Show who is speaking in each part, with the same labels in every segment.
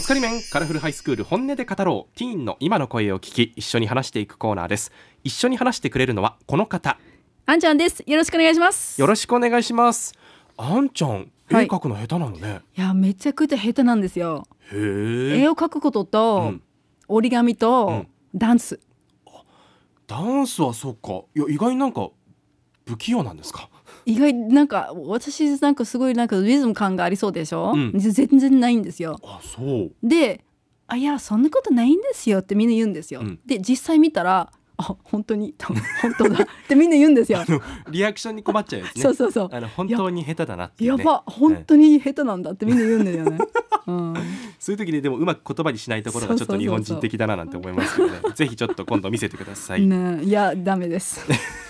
Speaker 1: つかり面カラフルハイスクール本音で語ろうティーンの今の声を聞き一緒に話していくコーナーです一緒に話してくれるのはこの方
Speaker 2: あんちゃんです。よろしくお願いします。
Speaker 1: よろしくお願いしますあんちゃん絵
Speaker 2: はい
Speaker 1: 描くの下手なのね、
Speaker 2: いや、めちゃくちゃ下手なんですよ。
Speaker 1: へえ
Speaker 2: 絵を描くこと
Speaker 1: う
Speaker 2: と、
Speaker 1: ん
Speaker 2: 折り紙と、ダンス。
Speaker 1: ダンスはそうかいや意外になんか不器用なんですか
Speaker 2: 意外なんか私なんかすごいなんかリズム感がありそうでしょ、
Speaker 1: うん
Speaker 2: 全然ないんですよ。
Speaker 1: あそう
Speaker 2: で「あいやそんなことないんですよ」ってみんな言うんですよ。
Speaker 1: うん
Speaker 2: で実際見たら「あ本当に本当だ」ってみんな言うんで すよ。
Speaker 1: リアクションに困っちゃうやつね
Speaker 2: そうそうそう。
Speaker 1: あの本当に下手だなってい
Speaker 2: や
Speaker 1: う、ね、
Speaker 2: ば本当に下手なんだってみんな言うんだよね。 うん、
Speaker 1: そういう時にでもうまく言葉にしないところがちょっと日本人的だななんて思いますよね ぜひちょっと今度見せてください、
Speaker 2: ねえいやダメです。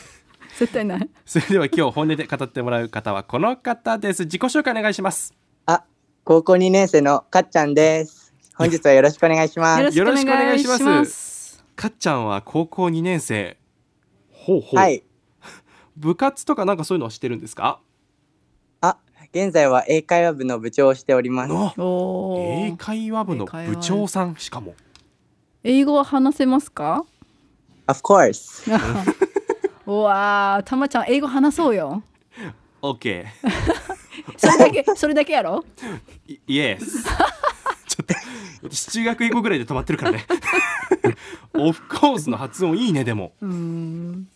Speaker 2: 絶対ない。
Speaker 1: それでは今日本音で語ってもらう方はこの方です自己紹介お願いします
Speaker 3: あ、高校2年生のかっちゃんです。本日はよろしくお願いしま
Speaker 2: よろ
Speaker 3: す。
Speaker 2: しくお願いし
Speaker 1: よろしくお願
Speaker 2: ま。
Speaker 1: いしますかっちゃんは高校2年生ほうほう
Speaker 3: はい。
Speaker 1: 部活とかなんかそういうのはしてるんですか
Speaker 3: あ、現在は英会話部の部長をしております。
Speaker 1: の
Speaker 2: お
Speaker 1: 英
Speaker 2: ー
Speaker 1: 会話部の部長さんしかも
Speaker 2: 英語は話せますか？
Speaker 3: Of course。
Speaker 2: うわあ、たまちゃん英語話そう よ。
Speaker 1: OK
Speaker 2: それだけそれだけやろ？
Speaker 1: イ エスちょっと私中学英語ぐらいで止まってるから ねオフコースの発音いいねでも
Speaker 2: うーん、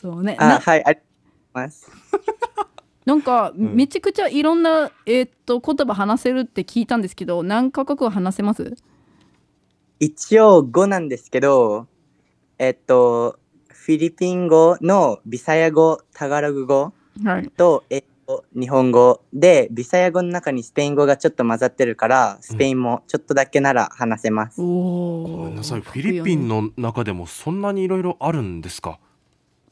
Speaker 2: そうね。
Speaker 3: あ、
Speaker 2: な
Speaker 3: はい、ありがとうございます。
Speaker 2: なんか
Speaker 1: ん
Speaker 2: めちゃくちゃいろんなえーっと言葉話せるって聞いたんですけど、何カ国語話せます？
Speaker 3: 一応語なんですけど、えっと、フィリピン語のビサヤ語、タガログ語
Speaker 2: はい。
Speaker 3: と英語、日本語で、ビサヤ語の中にスペイン語がちょっと混ざってるから、スペインもちょっとだけなら話せます。
Speaker 2: おお。
Speaker 1: ごめんなさいフィリピン
Speaker 2: の。
Speaker 1: の中でもそんなにいろいろあるんですか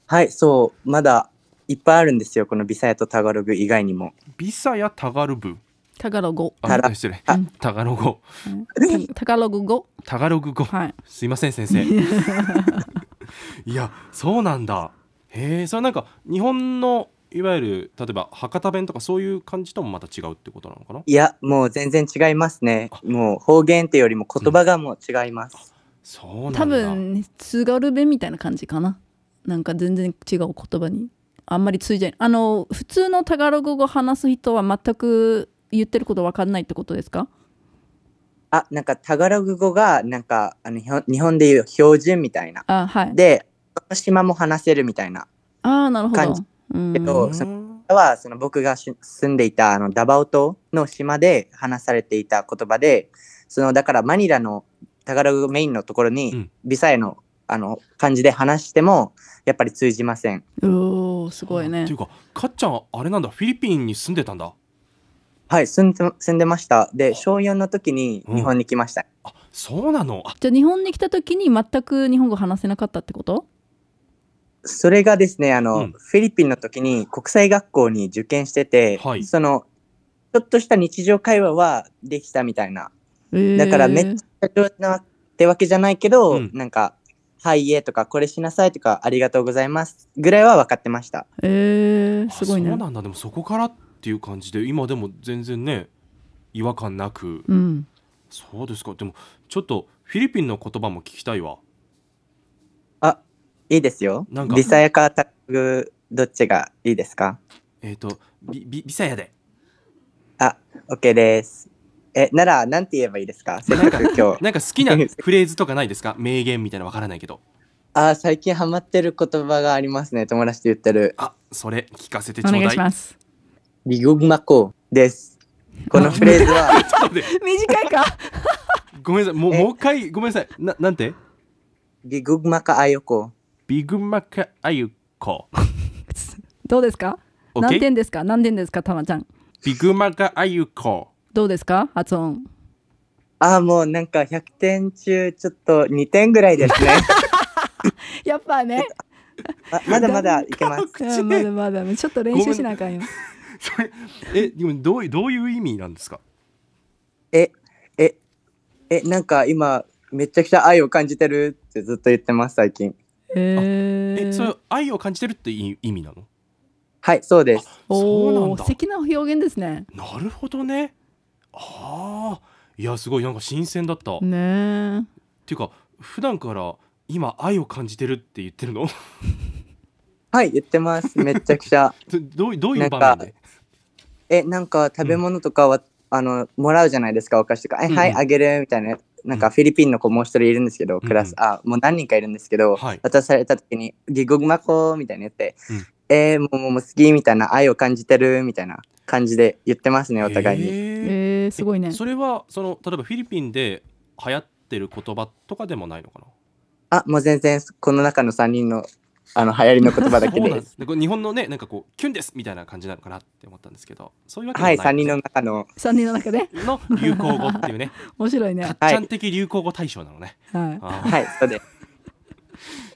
Speaker 3: はい、そう、まだいっぱいあるんですよ、このビサヤとタガログ以外 にも。
Speaker 1: ビサやタガルブ
Speaker 2: タガログ。
Speaker 1: あ
Speaker 3: タラ
Speaker 1: 失礼
Speaker 3: あ
Speaker 1: タガロ語
Speaker 2: うんタタガログ語。
Speaker 1: タガログ語
Speaker 2: はい。
Speaker 1: すいません先 生いやそうなんだへえそれなんか日本のいわゆる例えば博多弁とかそういう感じともまた違うってことなのかない
Speaker 3: や、もう全然違いますね。もう方言ってよりも言葉がもう違います。
Speaker 1: そうなんだ
Speaker 2: 多分津軽弁みたいな感じかななんか全然違う言葉にあんまり通じないあの普通のタガログ語話す人は全く言ってること分かんないってことですか
Speaker 3: あ、なんかタガログ語が、なんかあのひょ日本でいう標準みたいな。
Speaker 2: あはい
Speaker 3: で、この島も話せるみたいな。
Speaker 2: ああなるほ
Speaker 3: 感
Speaker 2: ど
Speaker 3: じ
Speaker 2: うん
Speaker 3: けど
Speaker 1: うん
Speaker 3: そは、その僕がし住んでいたあのダバオ島の島で話されていた言葉で、そのだからマニラのタガログメインのところ
Speaker 1: う
Speaker 3: に
Speaker 1: ん、
Speaker 3: ビサヤのあの感じで話しても、やっぱり通じません。
Speaker 2: おーすごい
Speaker 1: っ
Speaker 2: ね
Speaker 1: ていうかかっちゃんあれなんだフィリピンに住んでたんだ
Speaker 3: はい、住んで住んでました。で、小4の時に日本に来ました。
Speaker 1: あそうなのあ
Speaker 2: じゃあ日本に来た時に全く日本語話せなかったってこと
Speaker 3: それがですね、あの、
Speaker 1: うん
Speaker 3: フィリピンの時に国際学校に受験してて、
Speaker 1: はい
Speaker 3: その、ちょっとした日常会話はできたみたいな。
Speaker 2: だ
Speaker 3: だからめっちゃ上手なってわけじゃないけど、
Speaker 1: うん
Speaker 3: なんか、はい、いえとか、これしなさいとか、ありがとうございますぐらいは分かってました。
Speaker 2: えー、すごい
Speaker 1: そ
Speaker 2: ね
Speaker 1: うなんだでもそこからっていう感じで今でも全然ね違和感なく
Speaker 2: うん
Speaker 1: そうですかでもちょっとフィリピンの言葉も聞きたいわ
Speaker 3: あ、いいですよ。
Speaker 1: なんか
Speaker 3: リサヤかタグ、どっちがいいですか
Speaker 1: えっ、とビビビサヤで
Speaker 3: あ、OK です。え、なら、なんて言えばいいですかせっかく 今日。
Speaker 1: なんか好 きなフレーズとかないですか名言みたいなわからないけど
Speaker 3: あー、最近ハマってる言葉がありますね。友達と言ってる。
Speaker 1: あそれ聞かせてちょ
Speaker 2: お
Speaker 1: うだい
Speaker 2: 願いします
Speaker 3: リグマコです。このフレ ーズは、
Speaker 1: ちょっと待って
Speaker 2: 短いか
Speaker 1: ごめんなさいもう
Speaker 3: え
Speaker 1: もう一回ごめんなさいななんて
Speaker 3: リグマカアヨコ。
Speaker 1: ビグマカアユコ
Speaker 2: どうですか
Speaker 1: OK？
Speaker 2: 何点ですか何点ですかたまちゃん
Speaker 1: ビグマカアユコ
Speaker 2: どうですか発音
Speaker 3: ああ、もうなんか100点中、ちょっと2点ぐらいですね。
Speaker 2: やっぱね
Speaker 3: ままだまだいけます。
Speaker 1: 口
Speaker 2: あまだまだちょっと練習しなあかんよ。
Speaker 1: それえでもどういどういう意味なんですか
Speaker 3: え、え、え、なんか今、めちゃくちゃ愛を感じてるってずっと言ってます、最近。
Speaker 2: え
Speaker 1: えそれ愛を感じてるってい意味なの
Speaker 3: はい、そうです。
Speaker 1: そうなんだ
Speaker 2: 素敵な表現ですね。
Speaker 1: なるほどねああいやすごいなんか新鮮だった、っ
Speaker 2: ねえ
Speaker 1: ていうか普段から今愛を感じてるって言ってるの
Speaker 3: はい、言ってます。めっちゃくちゃ。
Speaker 1: どどういどういう場面
Speaker 3: なん
Speaker 1: で
Speaker 3: え、なんか食べ物とかは、あの、もらうじゃないですか、お菓子とか。え、
Speaker 1: うん
Speaker 3: はい、あげるみたいな。なんかフィリピンの子もう一人いるんですけど、
Speaker 1: うん
Speaker 3: クラス、あ、もう何人かいるんですけど、
Speaker 1: はい
Speaker 3: 渡された時に、ギゴグマコみたいな言って、
Speaker 1: うん
Speaker 3: えーもう、もう、もう好きみたいな、愛を感じてるみたいな感じで言ってますね、お互いに。
Speaker 1: へえ
Speaker 2: えー、すごいね
Speaker 1: それはその例えばフィリピンで流行ってる言葉とかでもないのかな
Speaker 3: あ、もう全然、この中の3人の、あの、流行りの言葉だ け
Speaker 1: そうなん
Speaker 3: で
Speaker 1: で。すでこれ日本のねなんかこうキュンですみたいな感じなのかなって思ったんですけどそういうわけで
Speaker 3: は
Speaker 1: も
Speaker 3: い、
Speaker 1: な
Speaker 3: 3人の中の、
Speaker 2: 3人の中で
Speaker 1: の流行語っていう ね
Speaker 2: 面白い
Speaker 1: か っ
Speaker 2: ね
Speaker 1: ちゃん的流行語大賞なのね、
Speaker 2: はい
Speaker 1: あー
Speaker 3: はい、そうで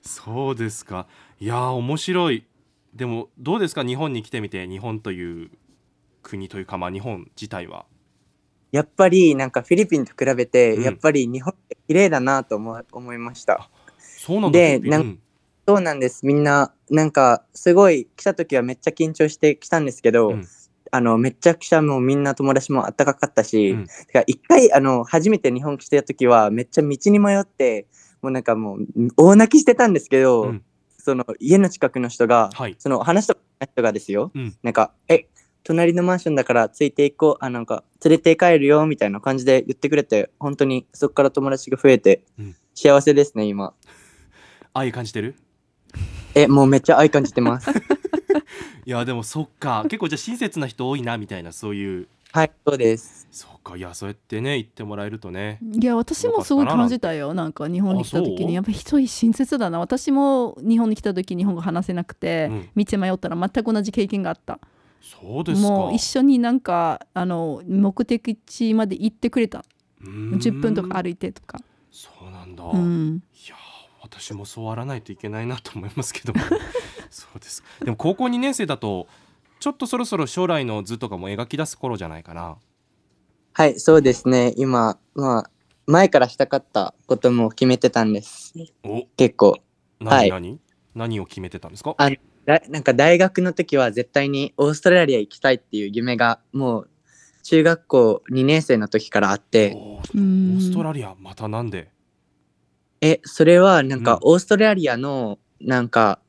Speaker 3: す。
Speaker 1: そうですかいやー面白いでもどうですか日本に来てみて日本という国というかまあ日本自体は
Speaker 3: やっぱりなんかフィリピンと比べて、
Speaker 1: うん
Speaker 3: やっぱり日本って綺麗だなと思思いました
Speaker 1: そうなんだ
Speaker 3: で
Speaker 1: フィリピン
Speaker 3: なん
Speaker 1: うん
Speaker 3: そうなんですみんななんかすごい来た時はめっちゃ緊張して来たんですけど、
Speaker 1: うん
Speaker 3: あのめちゃくちゃもうみんな友達もあったかかったし、
Speaker 1: うん
Speaker 3: てか一回あの初めて日本来た時はめっちゃ道に迷ってもうなんかもう大泣きしてたんですけど、
Speaker 1: うん
Speaker 3: その家の近くの人が、
Speaker 1: はい
Speaker 3: その話したことない人がですよ、
Speaker 1: うん
Speaker 3: なんか「え隣のマンションだからついていこうあなんか連れて帰るよ」みたいな感じで言ってくれて本当にそこから友達が増えて、
Speaker 1: うん
Speaker 3: 幸せですね今
Speaker 1: 愛感じてる
Speaker 3: えもうめっちゃ愛感じてます
Speaker 1: いやでもそっか結構じゃあ親切な人多いなみたいなそういう
Speaker 3: はいそうです
Speaker 1: そっかいやそうやってね言ってもらえるとね
Speaker 2: いや私もすごい感じたよなんか日本に来た時
Speaker 1: あそう
Speaker 2: にやっぱ人親切だな私も日本に来た時日本語話せなくて、道迷ったら全く同じ経験があった
Speaker 1: そうですか
Speaker 2: もう一緒になんかあの目的地まで行ってくれた
Speaker 1: うーん
Speaker 2: 10分とか歩いてとか
Speaker 1: そうなんだ、
Speaker 2: う
Speaker 1: い
Speaker 2: ん
Speaker 1: やー私もそうあらないといけないなと思いますけども そうですかでも高校2年生だとちょっとそろそろ将来の図とかも描き出す頃じゃないかな
Speaker 3: はいそうですね今まあ前からしたかったことも決めてたんです
Speaker 1: お
Speaker 3: 結構は
Speaker 1: 何
Speaker 3: い
Speaker 1: 何、何を決めてたんですか
Speaker 3: あだなんか大学の時は絶対にオーストラリア行きたいっていう夢がもう中学校2年生の時からあって
Speaker 1: お
Speaker 2: う
Speaker 1: ーオ
Speaker 2: ん
Speaker 1: ーストラリアまたなんで
Speaker 3: えそれはなん
Speaker 1: うん
Speaker 3: かオーストラリアのなんか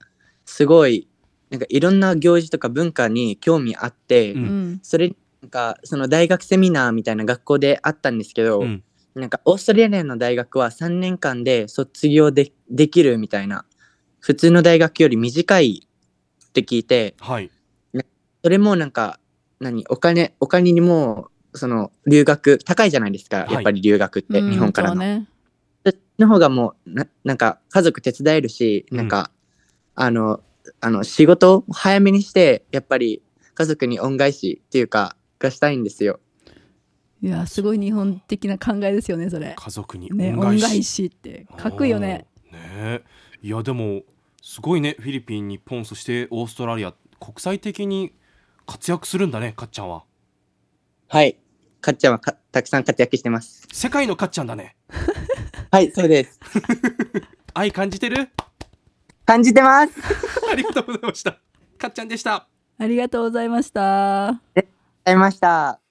Speaker 3: すごいなんかいろんな行事とか文化に興味あって、
Speaker 1: うん
Speaker 2: うん
Speaker 3: それなんかその大学セミナーみたいな学校であったんですけど、
Speaker 1: うん
Speaker 3: なんかオーストラリアの大学は3年間で卒業でできるみたいな普通の大学より短いって聞いて
Speaker 1: はい
Speaker 3: それもなんか何お金お金にもその留学高いじゃないですか、
Speaker 1: はい
Speaker 3: やっぱり留学って
Speaker 2: うん
Speaker 3: 日本から
Speaker 2: そう
Speaker 3: の。
Speaker 2: ね
Speaker 3: そっちの方がもうななんか家族手伝えるし
Speaker 1: うん
Speaker 3: なんか、あのあの仕事を早めにしてやっぱり家族に恩返しっていうかがしたいんですよ。
Speaker 2: いやすごい日本的な考えですよねそれ
Speaker 1: 家族に恩
Speaker 2: ね恩
Speaker 1: 返し,、
Speaker 2: 返しってかっこいいよね
Speaker 1: おーねえいやでもすごいねフィリピン日本そしてオーストラリア国際的に活躍するんだねかっちゃんは
Speaker 3: はい。かっちゃんはかたくさん活躍してます。
Speaker 1: 世界のかっちゃんだね
Speaker 3: はい、そうです。
Speaker 1: 愛感じてる
Speaker 3: 感じてます。ありがとう
Speaker 1: ありがとうございましたかっちゃんでした
Speaker 2: ありがとうございました
Speaker 3: ございました。